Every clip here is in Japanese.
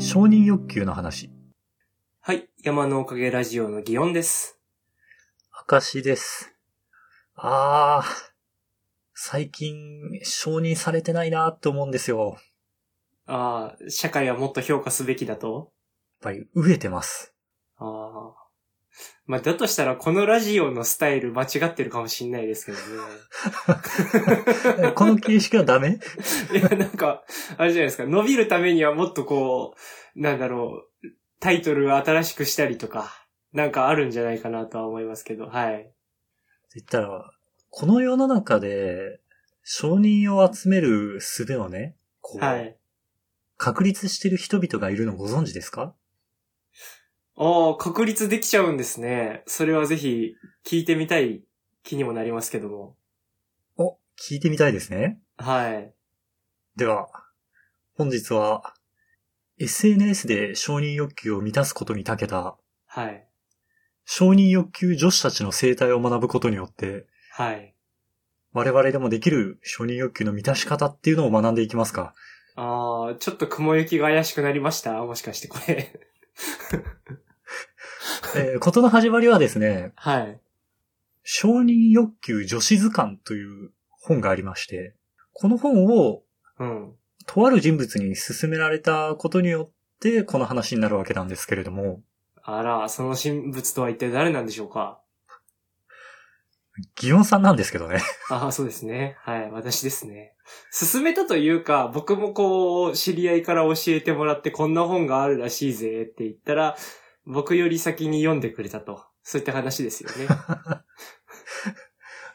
承認欲求の話。はい。山のおかげラジオの祇園です。証です。あー、最近承認されてないなって思うんですよ。やっああ、社会はもっと評価すべきだとぱり飢えて ます。ああ。まあ、だとしたらこのラジオのスタイル間違ってるかもしんないですけどえね。 この形式はダメいや、なんか、あれじゃないですか。伸びるためにはもっとこう、なんだろう、タイトルを新しくしたりとか、なんかあるんじゃないかなとは思いますけど、はい。言ったら、この世の中で承認を集める術をね、こう、はい。確立してる人々がいるのご存知ですかああ、確立できちゃうんですね。それはぜひ聞いてみたい気にもなりますけども。お、聞いてみたいですね。はい。では、本日は、SNS で承認欲求を満たすことに長けたはい。承認欲求女子たちの生態を学ぶことによって、はい。我々でもできる承認欲求の満たし方っていうのを学んでいきますか。ああ、ちょっと雲行きが怪しくなりましたもしかしてこれ。えー、ことの始まりはですね、はい。承認欲求女子図鑑という本がありまして、この本をうん。とある人物に勧められたことによって、この話になるわけなんですけれども、あら、その人物とは一体誰なんでしょうかギオンさんなんですけどね。 ああ、そうですね。はい。私ですね。勧めたというか、僕もこう、知り合いから教えてもらってこんな本があるらしいぜって言ったら、僕より先に読んでくれたと。そういった話ですよ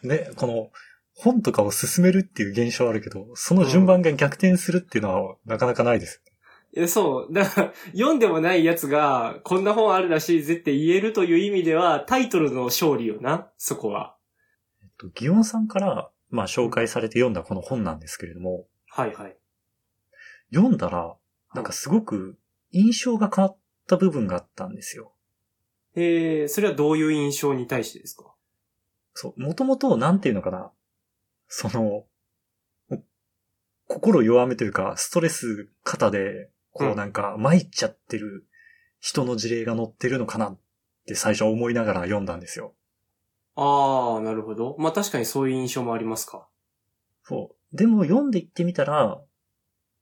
ね。 ね、この、本とかを勧めるっていう現象はあるけど、その順番が逆転するっていうのはなかなかないです。えそう。だから、読んでもないやつが、こんな本あるらしいぜって言えるという意味では、タイトルの勝利よな、そこは。と、ギオンさんから、まあ、紹介されて読んだこの本なんですけれども、はいはい。読んだら、なんかすごく印象が変わった部分があったんですよ。えー、それはどういう印象に対してですかそう、もともと、なんていうのかな。その、お心弱めというか、ストレス肩で、こううんなんか、参っちゃってる人の事例が載ってるのかなって最初は思いながら読んだんですよ。あー、なるほど。まあ確かにそういう印象もありますか。そう。でも読んでいってみたら、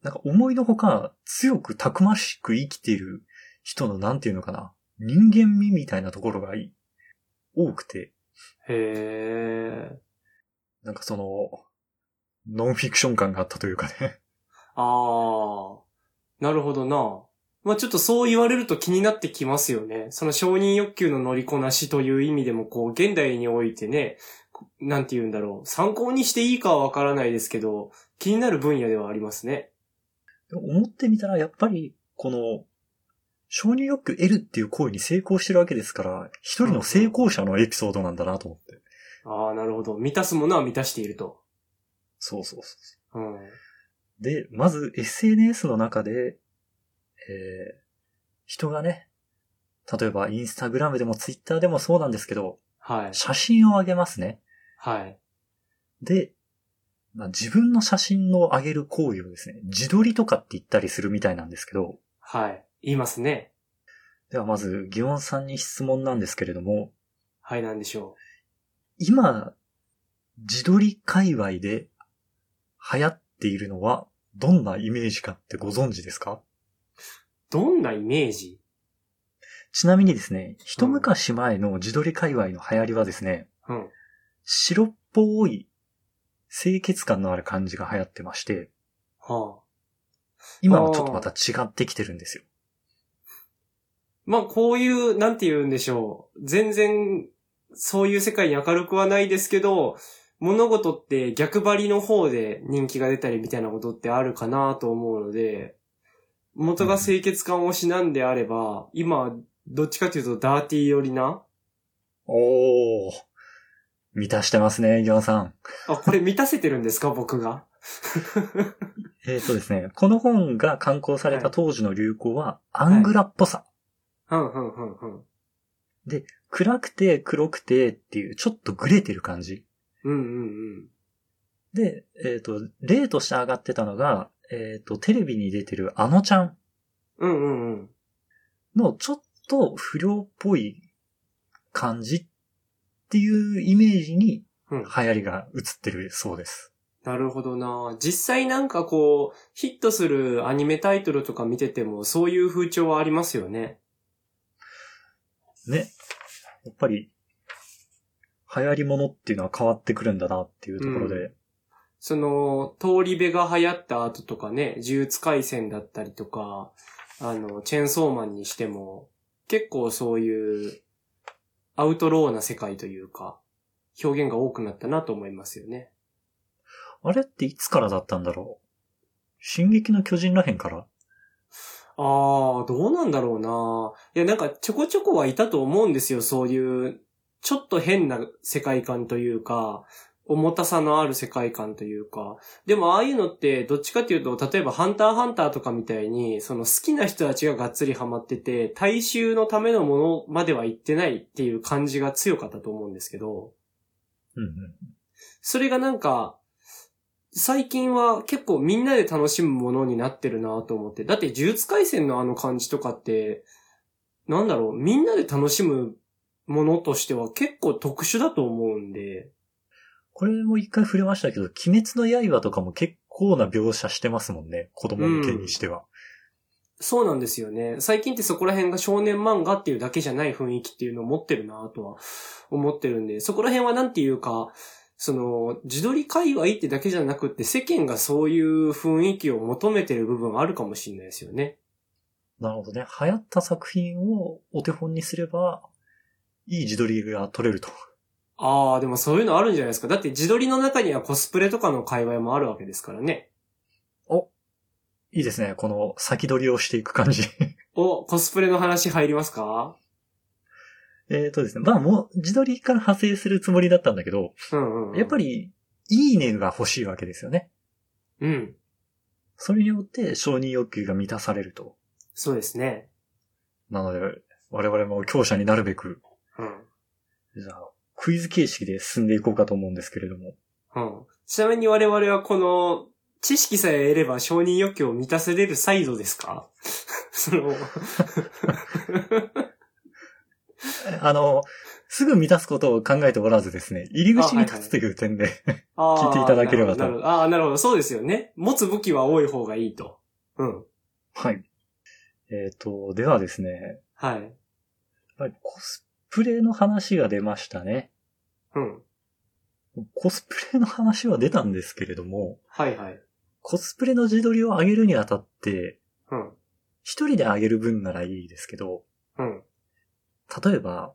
なんか思いのほか強くたくましく生きている人のなんていうのかな。人間味みたいなところがい多くて、へー。なんかその、ノンフィクション感があったというかね。 あー、なるほどな。まあちょっとそう言われると気になってきますよね。その承認欲求の乗りこなしという意味でも、こう、現代においてね、こなんて言うんだろう。参考にしていいかはわからないですけど、気になる分野ではありますね。でも思ってみたらやっぱり、この、承認欲求得るっていう行為に成功してるわけですから、一人の成功者のエピソードなんだなと思って。あー、なるほど。満たすものは満たしていると。そうそうそう。うん。で、まず SNS の中で、えー人がね、例えばインスタグラムでもツイッターでもそうなんですけど、はい。写真を上げますね。はい。で、まあ、自分の写真の上げる行為をですね、自撮りとかって言ったりするみたいなんですけど、はい。言いますね。ではまず、ギオンさんに質問なんですけれども、はい、なんでしょ今、自撮り界隈で流行っているのは、どんなイメージかってご存知ですかう。どんなイメージちなみにですね、一昔前の自撮り界隈の流行りはですね、うん。白っぽい清潔感のある感じが流行ってまして、はあ。今はちょっとまた違ってきてるんですよ。まあ、こういう、なんて言うんでしょう。全然、そういう世界に明るくはないですけど、物事って逆張りの方で人気が出たりみたいなことってあるかなと思うので、元が清潔感をしなんであれば、今、どっちかというとダーティー寄りな、おー。満たしてますね、ギョンさん。あ、これ満たせてるんですか僕が。 えーとですね、この本が刊行された当時の流行は、アングラっぽさ。うん、うん、うん、うん。暗くて黒くてっていう、ちょっとグレてる感じ。うん、うん、うん。で、えっ、と、例として上がってたのが、えっ、と、テレビに出てるあのちゃん。うんうんうん。のちょっと不良っぽい感じっていうイメージにうん流行りが映ってるそうです。なるほどな。実際なんかこう、ヒットするアニメタイトルとか見てても、そういう風潮はありますよね。ね。やっぱり、流行りものっていうのは変わってくるんだなっていうところで、うその、通り部が流行った後とかね、呪術廻戦だったりとか、あの、チェーンソーマンにしても、結構そういう、アウトローな世界というか、表現が多くなったなと思いますよね。あれっていつからだったんだろう進撃の巨人らへんからあー、どうなんだろうないや、なんかちょこちょこはいたと思うんですよ、そういう、ちょっと変な世界観というか、重たさのある世界観というか。でもああいうのって、どっちかというと、例えばハンターハンターとかみたいに、その好きな人たちががっつりハマってて、大衆のためのものまでは行ってないっていう感じが強かったと思うんですけど。うんうん。それがなんか、最近は結構みんなで楽しむものになってるなと思って。だって呪術廻戦のあの感じとかって、なんだろう、みんなで楽しむものとしては結構特殊だと思うんで、これも一回触れましたけど、鬼滅の刃とかも結構な描写してますもんね。子供向けにしては。そうなんですよね。最近ってそこら辺が少年漫画っていうだけじゃない雰囲気っていうのを持ってるなとは思ってるんで、そこら辺はなんていうか、その、自撮り界隈ってだけじゃなくって世間がそういう雰囲気を求めてる部分あるかもしれないですよね。なるほどね。流行った作品をお手本にすれば、いい自撮りが撮れると。ああ、でもそういうのあるんじゃないですか。だって自撮りの中にはコスプレとかの界隈もあるわけですからね。いいですね。この先取りをしていく感じ。 お、コスプレの話入りますかえっとですね。まあもう、自撮りから派生するつもりだったんだけど、うんうん、うん。やっぱり。り、いいねが欲しいわけですよね。うん。それによって承認欲求が満たされると。そうですね。なので、我々も強者になるべく、うん。じゃあ、クイズ形式で進んでいこうかと思うんですけれども。うん。ちなみに我々はこの、知識さえ得れば承認欲求を満たせれるサイドですか その、あの、すぐ満たすことを考えておらずですね、入り口に立つという点で、あー聞いていただければとなるほど。なるほどああ、なるほど。そうですよね。持つ武器は多い方がいいと。うん。はい。えっ、と、ではですね、やっはい。ぱりコスプレの話が出ましたね。うん。コスプレの話は出たんですけれども、はいはい。コスプレの自撮りを上げるにあたって、うん。一人で上げる分ならいいですけど、うん。例えば、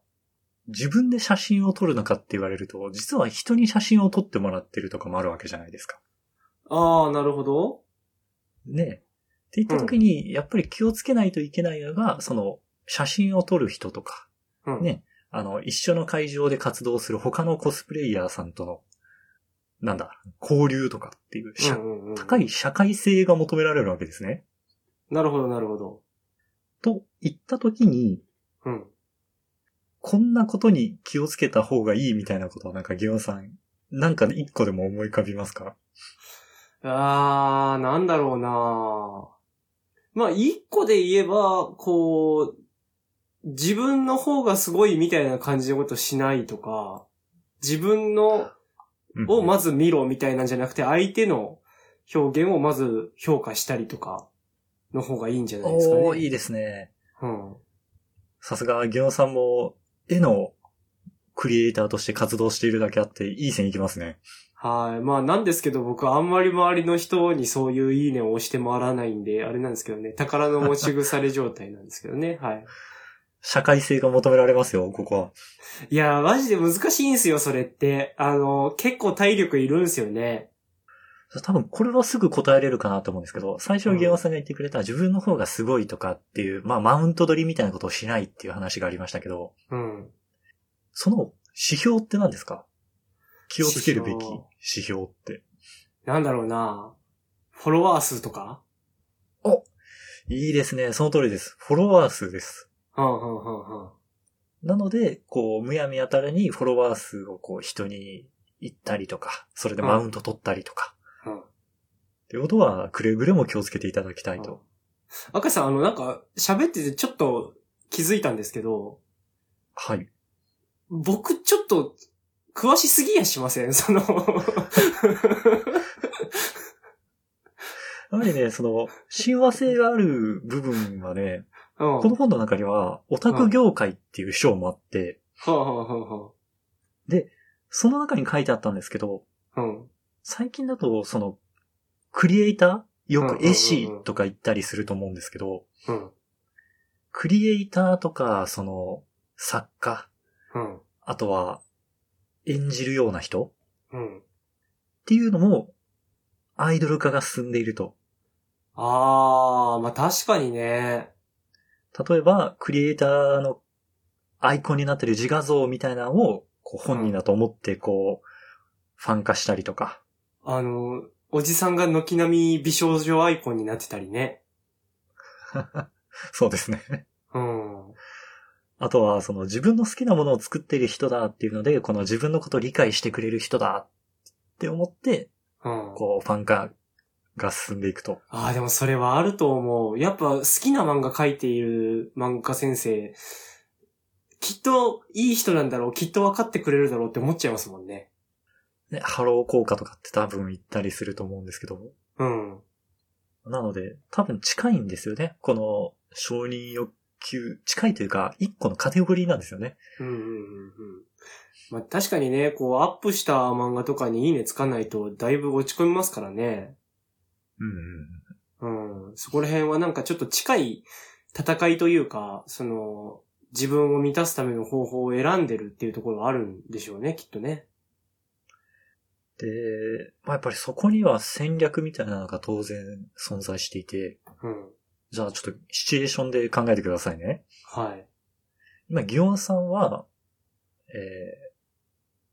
自分で写真を撮るのかって言われると、実は人に写真を撮ってもらってるとかもあるわけじゃないですか。ああ、なるほど。ねえ。って言った時に、やっぱり気をつけないといけないのが、その、写真を撮る人とか、うん。ねあの、一緒の会場で活動する他のコスプレイヤーさんとの、なんだ、交流とかっていう、う社んうんうん、高い社会性が求められるわけですね。なるほど、なるほど。と言った時に、うん。こんなことに気をつけた方がいいみたいなことはなんかギオンさん、なんか一個でも思い浮かびますかあー、なんだろうなまあ、一個で言えば、こう、自分の方がすごいみたいな感じのことしないとか、自分のうんをまず見ろみたいなんじゃなくて、相手の表現をまず評価したりとか、の方がいいんじゃないですかね。おー、いいですね。うん。さすが、ギオンさんも、絵のクリエイターとして活動しているだけあって、いい線いきますね。はい。まあ、なんですけど、僕、あんまり周りの人にそういういいねを押して回らないんで、あれなんですけどね、宝の持ち腐れ状態なんですけどね、はい。社会性が求められますよ、ここは。いやー、マジで難しいんすよ、それって。あのー、結構体力いるんすよね。多分、これはすぐ答えれるかなと思うんですけど、最初うんギオンさんが言ってくれた自分の方がすごいとかっていう、まあ、マウント取りみたいなことをしないっていう話がありましたけど、うん。その指標って何ですか気をつけるべき指指標標って。なんだろうなフォロワー数とかいいですね。その通りです。フォロワー数です。うん、うん、うん、うん。なので、こう、むやみやたらにフォロワー数をこう、人に言ったりとか、それでマウント取ったりとか。うん。ってことは、くれぐれも気をつけていただきたいと。赤さん、あの、なんか、喋っててちょっと気づいたんですけど、はい。僕ちょっと、詳しすぎやしません その、やっぱりね、その、親和性がある部分はね、うん。はこの本の中には、オタク業界っていう章もあって、あ、はあはその中に書いてあったんですけど、あはあ、うん。最近だと、その、クリエイターようんうんうんくうん絵師とか言ったりすると思うんですけど、うん。クリエイターとか、その、作家、うん。あとは、演じるような人うん。っていうのも、アイドル化が進んでいると。あー、まあ、確かにね。例えば、クリエイターのアイコンになってる自画像みたいなのを、こう本人だと思って、こう、ファン化したりとか。 あの、おじさんが軒並み美少女アイコンになってたりね。そうですね。うん。あとは、その自分の好きなものを作ってる人だっていうので、この自分のことを理解してくれる人だって思って、うん。こう、ファン化が進んでいくと。ああ、でもそれはあると思う。やっぱ好きな漫画描いている漫画家先生、きっといい人なんだろう、きっと分かってくれるだろうって思っちゃいますもんね。ね、ハロー効果とかって多分言ったりすると思うんですけども。うん。なので、多分近いんですよね。この承認欲求、近いというか、一個のカテゴリーなんですよね。うんうんうんうん。まあ確かにね、こうアップした漫画とかにいいねつかないとだいぶ落ち込みますからね。うんうんうん。そこら辺はなんかちょっと近い戦いというか、その、自分を満たすための方法を選んでるっていうところはあるんでしょうね、きっとね。うん。で、まあ、やっぱりそこには戦略みたいなのが当然存在していて、うん。じゃあちょっとシチュエーションで考えてくださいね。はい。今、ギオンさんは、えー、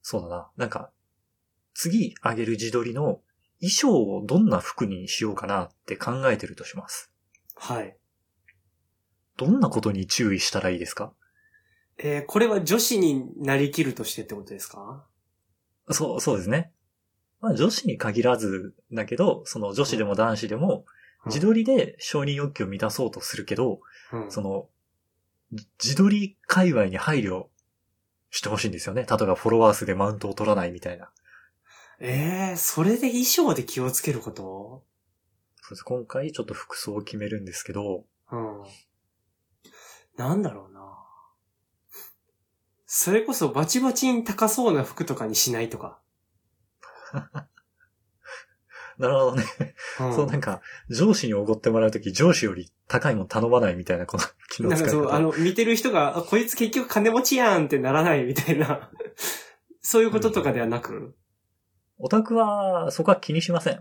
そうだな、なんか、次あげる自撮りの衣装をどんな服にしようかなって考えてるとします。はい。どんなことに注意したらいいですかえーこれは女子になりきるとしてってことですかそう、そうですね。まあ女子に限らずだけど、その女子でも男子でも、自撮りで承認欲求を満たそうとするけど、うん。その、じ自撮り界隈に配慮してほしいんですよね。例えばフォロワー数でマウントを取らないみたいな。えー、それで衣装で気をつけることそうです今回ちょっと服装を決めるんですけど、うん。なんだろうな。それこそバチバチに高そうな服とかにしないとか。なるほどね。うんそうなんか、上司におごってもらうとき、上司より高いもん頼まないみたいな、この気のなん使いかそう、あ方。の、見てる人が、あこいつ結局金持ちやんってならないみたいな、 そういうこととかではなく、オタクは、そこは気にしません。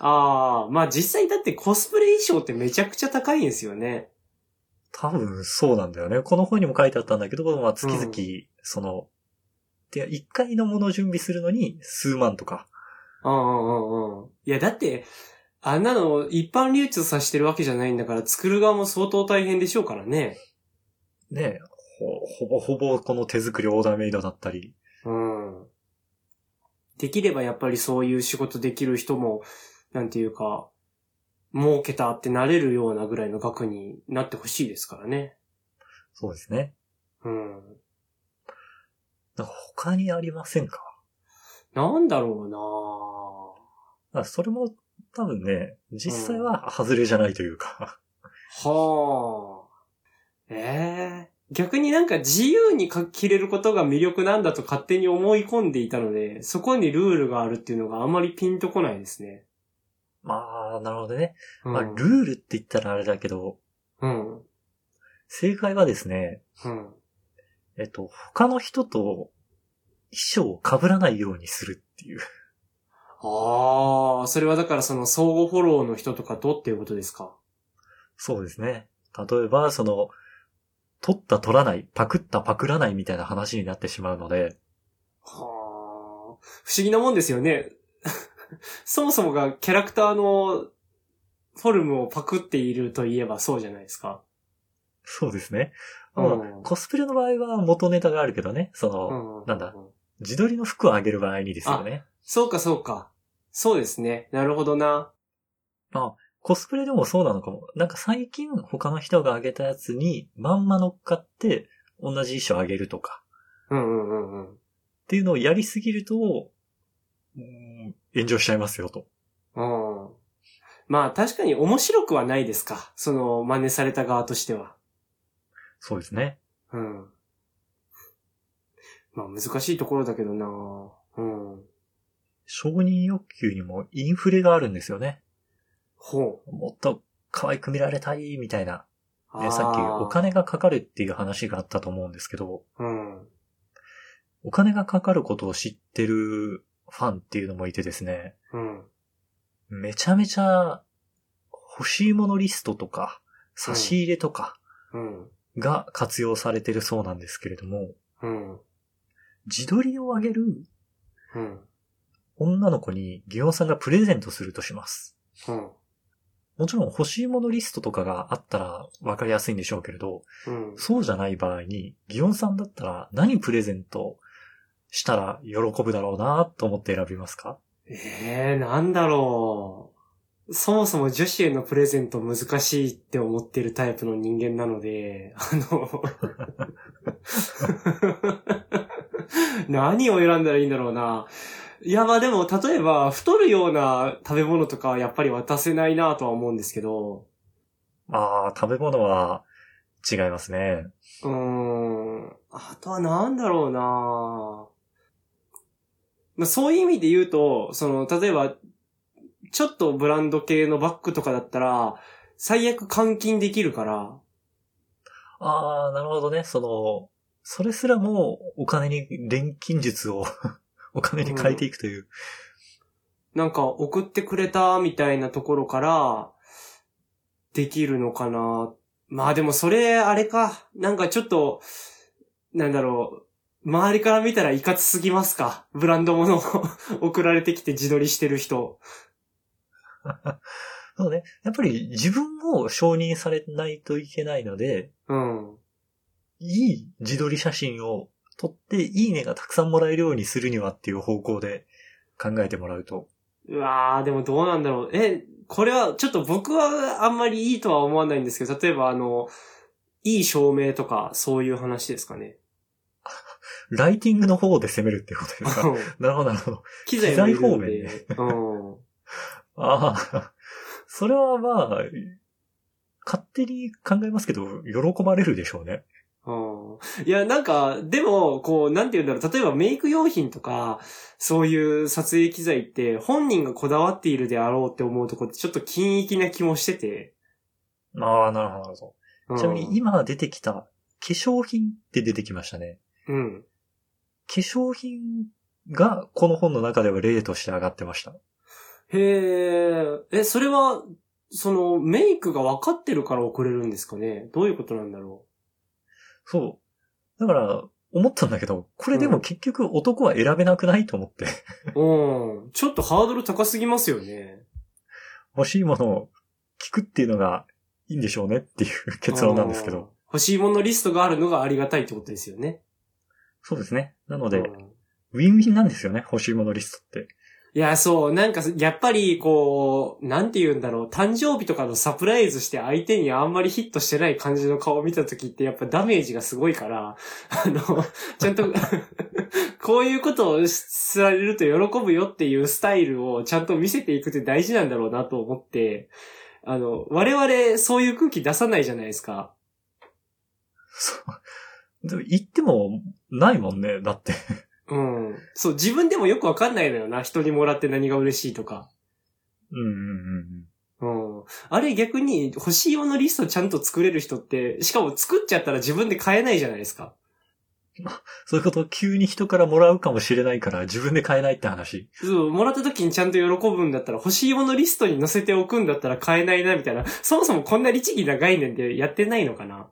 ああ、まあ実際だってコスプレ衣装ってめちゃくちゃ高いんですよね。多分そうなんだよね。この本にも書いてあったんだけど、まあ、月々、うんその、で、一回のものを準備するのに数万とか。うんうんうんうん。いや、だって、あんなの一般流通させてるわけじゃないんだから、作る側も相当大変でしょうからね。ね、ほ、ほぼほぼこの手作りオーダーメイドだったり。うん。できればやっぱりそういう仕事できる人も、なんていうか、儲けたってなれるようなぐらいの額になってほしいですからね。そうですね。うん。なんか他にありませんかなんだろあそれも多分ね、実際は外れじゃないというか。うなはあ。ええ逆になんか自由に書き切れることが魅力なんだと勝手に思い込んでいたので、そこにルールがあるっていうのがあまりピンとこないですね。まあ、なるほどね。うん、まあ、ルールって言ったらあれだけど、うん。正解はですね、うん。えっと、他の人と衣装を被らないようにするっていう。ああ、それはだからその相互フォローの人とかとっていうことですか。そうですね。例えば、その、取った取らない、パクったパクらないみたいな話になってしまうので、はあ。不思議なもんですよね。 そもそもがキャラクターのフォルムをパクっているといえばそうじゃないですか。そうですね。うまあんコスプレの場合は元ネタがあるけどね、その、うなんだ自撮りの服をあげる場合にですよね。そうかそうか。そうですね。なるほどな。コスプレでもそうなのかも。なんか最近他の人が上げたやつにまんま乗っかって同じ衣装上げるとかうんうんうんうん。っていうのをやりすぎると、うん炎上しちゃいますよと。うん。まあ確かに面白くはないですか。その真似された側としては。そうですね。うん。まあ難しいところだけどなうん。承認欲求にもインフレがあるんですよね。ほう。もっと可愛く見られたいみたいな。あでーさっきお。金がかかるっていう話があったと思うんですけど、うん。お金がかかることを知ってるファンっていうのもいてですね、うん。めちゃめちゃ欲しいものリストとか差し入れとかうん。が活用されてるそうなんですけれども、うん。自撮りを上げるうん。女の子にギオンさんがプレゼントするとします。うん。もちろん欲しいものリストとかがあったらわかりやすいんでしょうけれど、うん。そうじゃない場合に、ギオンさんだったら何プレゼントしたら喜ぶだろうなと思って選びますかええー、なんだろう。そもそも女子へのプレゼント難しいって思ってるタイプの人間なので、あの、何を選んだらいいんだろうな。いや、まあでも、例えば、太るような食べ物とかはやっぱり渡せないなとは思うんですけど、ああ、食べ物は違いますね。うーん、あとはなんだろうなまあ、そういう意味で言うと、その、例えば、ちょっとブランド系のバッグとかだったら、最悪換金できるから、ああ、なるほどね。その、それすらもお金に、錬金術を お金に変えていくという。なんか送ってくれたみたいなところから、できるのかな。まあでもそれ、あれか。なんかちょっと、なんだろう。周りから見たらいかつすぎますか。ブランド物を 送られてきて自撮りしてる人。そうね。やっぱり自分を承認されないといけないので、うん。いい自撮り写真を撮って、いいねがたくさんもらえるようにするにはっていう方向で考えてもらうと。うわー、でもどうなんだろう。え、これは、ちょっと僕はあんまりいいとは思わないんですけど、例えばあの、いい照明とか、そういう話ですかね。ライティングの方で攻めるっていうこと ですかなるほど、なるほど。機材もいるんで。機うん。ああ、それはまあ、勝手に考えますけど、喜ばれるでしょうね。うんいや、なんか、でも、こう、なんて言うんだろう。例えばメイク用品とか、そういう撮影機材って、本人がこだわっているであろうって思うとこって、ちょっと均一な気もしてて。ああ、なるほど、なるほうんど。ちなみに、今出てきた化粧品って出てきましたね。うん。化粧品がこの本の中では例として上がってました。へえ、え、それは、その、メイクが分かってるから送れるんですかねどういうことなんだろそう。だから、思ったんだけど、これでも結局男は選べなくないと思って。 ううん。ちょっとハードル高すぎますよね。欲しいものを聞くっていうのがいいんでしょうねっていう結論なんですけうんど。。欲しいものリストがあるのがありがたいってことですよね。そうですね。なので、うんウィンウィンなんですよね、欲しいものリスト って。いや、そう、なんか、やっぱり、こう、なんて言うんだろう、誕生日とかのサプライズして相手にあんまりヒットしてない感じの顔を見た時って、やっぱダメージがすごいから、 あの、ちゃんと、こういうことをされると喜ぶよっていうスタイルをちゃんと見せていくって大事なんだろうなと思って、あの、我々そういう空気出さないじゃないですか。そう。でも言ってもないもんね、だって。うん。そう、自分でもよくわかんないのよな、人にもらって何が嬉しいとか。うんうんうん。うん。あれ逆に欲しいものリストちゃんと作れる人って、しかも作っちゃったら自分で買えないじゃないですか。そういうことを急に人からもらうかもしれないから自分で買えないって話。そう、もらった時にちゃんと喜ぶんだったら、欲しいものリストに載せておくんだったら買えないな、みたいな。そもそもこんな律儀な概念でやってないのかな。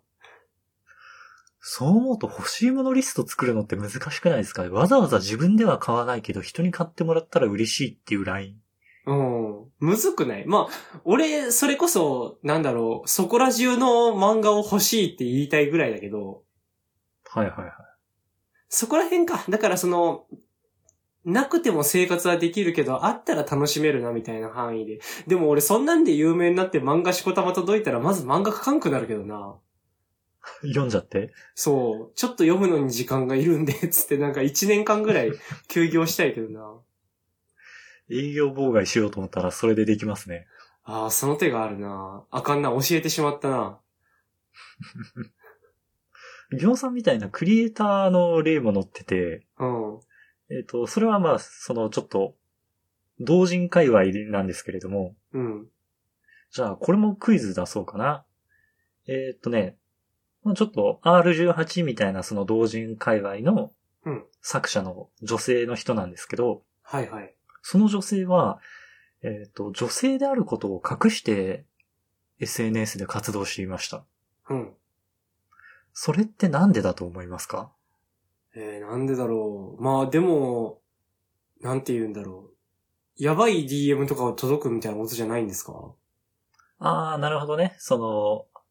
そう思うと欲しいものリスト作るのって難しくないですかわざわざ自分では買わないけど人に買ってもらったら嬉しいっていうライン。うん。むずくないまあ、俺、それこそ、なんだろう、そこら中の漫画を欲しいって言いたいぐらいだけど、はいはいはい。そこら辺か。だからその、なくても生活はできるけど、あったら楽しめるな、みたいな範囲で。でも俺そんなんで有名になって漫画しこたま届いたら、まず漫画書かんくなるけどな。読んじゃって。そう。ちょっと読むのに時間がいるんで、 つってなんか1年間ぐらい休業したいけどな。営業妨害しようと思ったらそれでできますね。ああ、その手があるな。あかんな、教えてしまったな。ギョンさんみたいなクリエイターの例も載ってて、うん。えっ、と、それはまあ、そのちょっと、同人界隈なんですけれども、うん。じゃあこれもクイズ出そうかな。えっ、とね、まあちょっと R18 みたいなその同人界隈のうん作者の女性の人なんですけど、はいはい。その女性は、えっ、と、女性であることを隠して SNS で活動していました。うん。それってなんでだと思いますかえー、なんでだろう。まあでも、なんて言うんだろう。やばい DM とかを届くみたいなことじゃないんですかああ、なるほどね。その、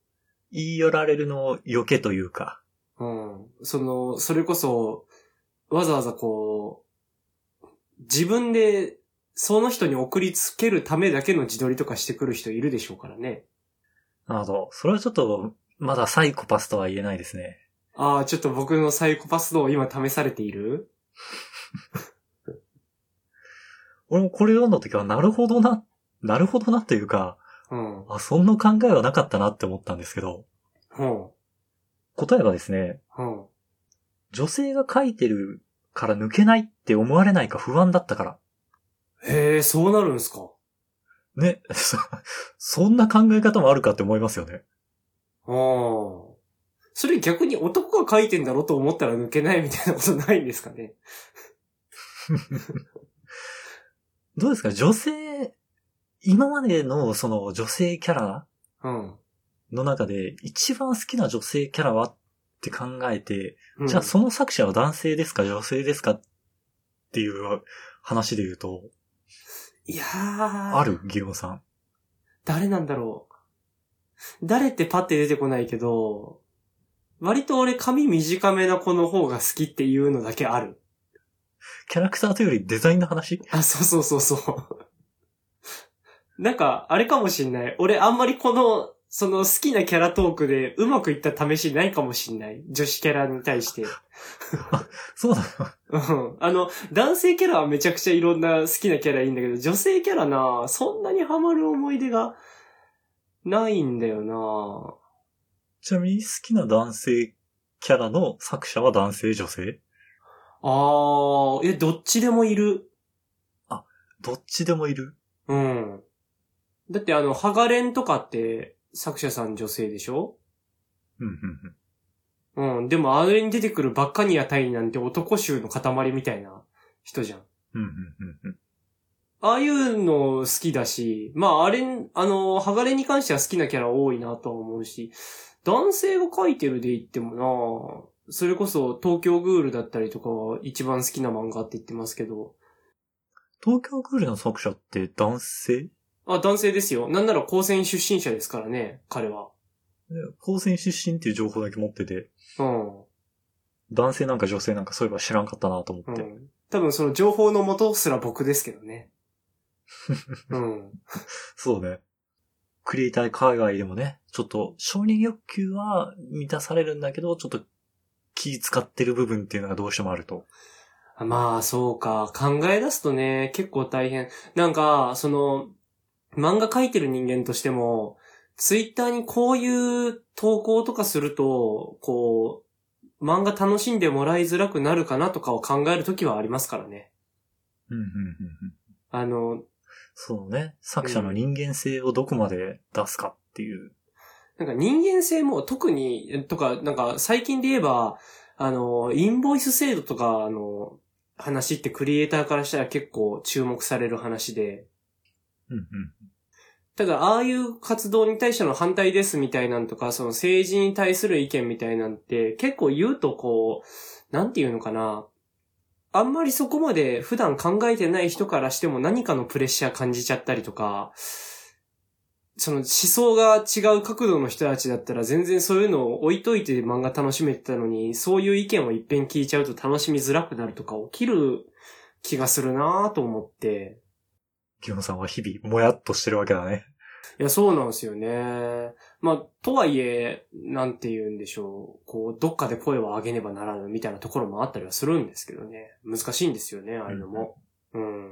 言い寄られるのを避けというか。うん。その、それこそ、わざわざこう、自分で、その人に送りつけるためだけの自撮りとかしてくる人いるでしょうからね。なるほど。それはちょっと、まだサイコパスとは言えないですね。ああ、ちょっと僕のサイコパス度を今試されている俺もこれ読んだ時は、なるほどな、なるほどなというか、うん。あ、そんな考えはなかったなって思ったんですけど、うん。答えはですね、うん。女性が書いてるから抜けないって思われないか不安だったから。へえ、そうなるんすか。ね、 そ、そんな考え方もあるかって思いますよね。ああ。それ逆に男が書いてんだろうと思ったら抜けないみたいなことないんですかね。どうですか女性、今までのその女性キャラうん。の中で一番好きな女性キャラはって考えて、うん、じゃあその作者は男性ですか女性ですかっていう話で言うと、いやー。あるギオンさん。誰なんだろう。誰ってパッて出てこないけど、割と俺髪短めな子の方が好きっていうのだけある。キャラクターというよりデザインの話あ、そうそうそうそう。なんか、あれかもしんない。俺あんまりこの、その好きなキャラトークでうまくいった試しないかもしんない。女子キャラに対して。そうだ。うん。あの、男性キャラはめちゃくちゃいろんな好きなキャラいいんだけど、女性キャラな、そんなにハマる思い出がないんだよな。ちなみに好きな男性キャラの作者は男性女性ああ、え、どっちでもいる。どっちでもいるうん。だってあの、ハガレンとかって作者さん女性でしょうんうんうん。うん。でもあれに出てくるバッカニアタイなんて男衆の塊みたいな人じゃん。うんうんうんうん。ああいうの好きだし、まああれ、あの、ハガレンに関しては好きなキャラ多いなとは思うし、男性が描いてるで言ってもなそれこそ東京グールだったりとかは一番好きな漫画って言ってますけど、東京クールの作者って男性あ、男性ですよ。なんなら高専出身者ですからね、彼は。ね高専出身っていう情報だけ持ってて、うん。男性なんか女性なんかそういえば知らんかったなと思うって。ん。多分その情報の元すら僕ですけどね。うん。そうね。クリエイター海外でもね、ちょっと承認欲求は満たされるんだけど、ちょっと気使ってる部分っていうのがどうしてもあると。まあ、そうか。考え出すとね、結構大変。なんか、その、漫画描いてる人間としても、ツイッターにこういう投稿とかすると、こう、漫画楽しんでもらいづらくなるかなとかを考えるときはありますからね。うんうんうんうん。あの、そうね。作者の人間性をどこまで出すかっていう。なんか人間性も特に、とか、なんか最近で言えば、あの、インボイス制度とか、あの、話ってクリエイターからしたら結構注目される話で、うんうん。ただああいう活動に対しての反対ですみたいなんとか、その政治に対する意見みたいなんて、結構言うとこう、なんていうのかな、あんまりそこまで普段考えてない人からしても何かのプレッシャー感じちゃったりとか、その思想が違う角度の人たちだったら全然そういうのを置いといて漫画楽しめてたのに、そういう意見を一遍聞いちゃうと楽しみづらくなるとか起きる気がするなぁと思って。ギオンさんは日々、もやっとしてるわけだね。いや、そうなんですよね。まあ、とはいえ、なんて言うんでしょう。こう、どっかで声を上げねばならぬみたいなところもあったりはするんですけどね。難しいんですよね、ああいうのも。うん。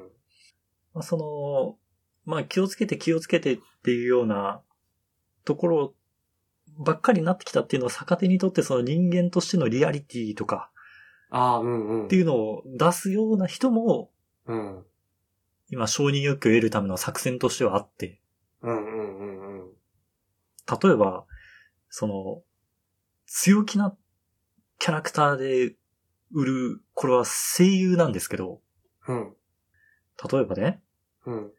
まあ、その、まあ気をつけて気をつけてっていうようなところばっかりになってきたっていうのを逆手にとってその人間としてのリアリティとかああ、うんうん。っていうのを出すような人もうん。今承認欲求を得るための作戦としてはあって、うんうんうんうん。例えば、その、強気なキャラクターで売る、これは声優なんですけど、うん。例えばね、うん。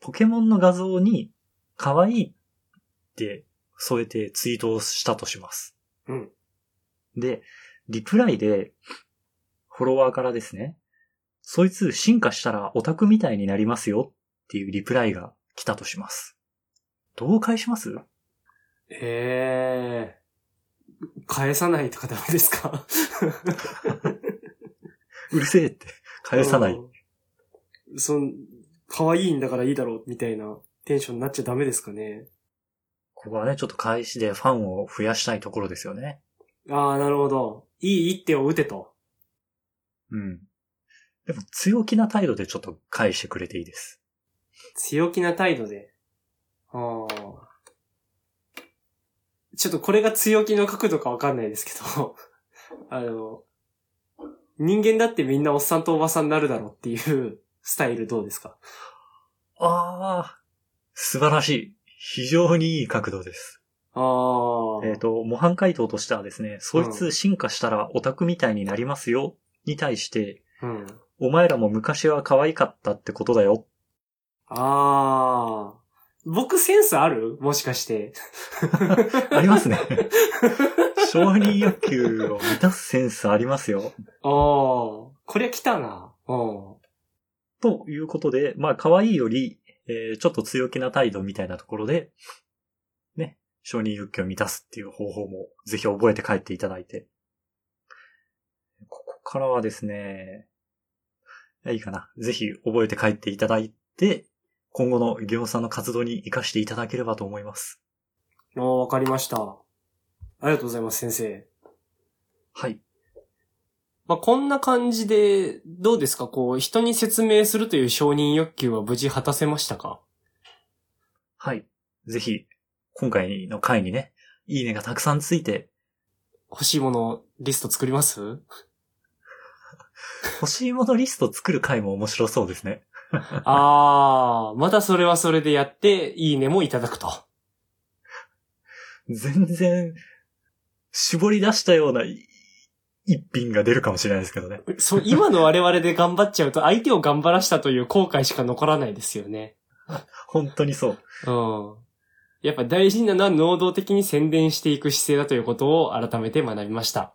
ポケモンの画像に可愛いって添えてツイートをしたとします。うん。で、リプライで、フォロワーからですね、そいつ進化したらオタクみたいになりますよっていうリプライが来たとします。どう返しますええ返さないとかダメですかうるせえって返さない。うん。そん、可愛いんだからいいだろう、みたいなテンションになっちゃダメですかね。ここはね、ちょっと返しでファンを増やしたいところですよね。ああ、なるほど。いい一手を打てと。うん。でも強気な態度でちょっと返してくれていいです。強気な態度で。ああ。ちょっとこれが強気の角度かわかんないですけど、 あの、人間だってみんなおっさんとおばさんになるだろうっていうスタイルどうですかああ、素晴らしい。非常にいい角度です。ああ。えっ、と、模範回答としてはですね、そいつ進化したらオタクみたいになりますよ、に対して、うん。お前らも昔は可愛かったってことだよ。ああ。僕センスあるもしかして。 あ りますね。承認欲求を満たすセンスありますよ。ああ。こりゃ来たな。うん。ということで、まあ、可愛いより、えーちょっと強気な態度みたいなところで、ね、承認欲求を満たすっていう方法も、ぜひ覚えて帰っていただいて。ここからはですね、いいかな。ぜひ覚えて帰っていただいて、今後のギオンさんの活動に活かしていただければと思います。ああ、わかりました。ありがとうございます、先生。はい。まあ、こんな感じで、どうですかこう、人に説明するという承認欲求は無事果たせましたかはい。ぜひ、今回の回にね、いいねがたくさんついて、欲しいもの、リスト作ります欲しいものリスト作る回も面白そうですね。ああ、またそれはそれでやって、いいねもいただくと。全然、絞り出したようない一品が出るかもしれないですけどね。そう、今の我々で頑張っちゃうと、相手を頑張らしたという後悔しか残らないですよね。本当にそう。うん。やっぱ大事なのは能動的に宣伝していく姿勢だということを改めて学びました。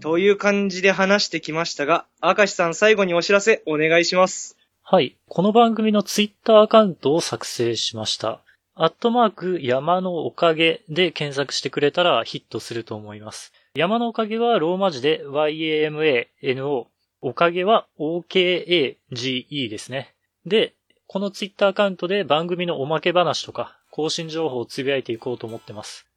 という感じで話してきましたが、明石さん最後にお知らせお願いします。はい。この番組のツイッターアカウントを作成しました。アットマーク山のおかげで検索してくれたらヒットすると思います。山のおかげはローマ字で YAMANO。おかげは OKAGE ですね。で、このツイッターアカウントで番組のおまけ話とか更新情報をつぶやいていこうと思ってます。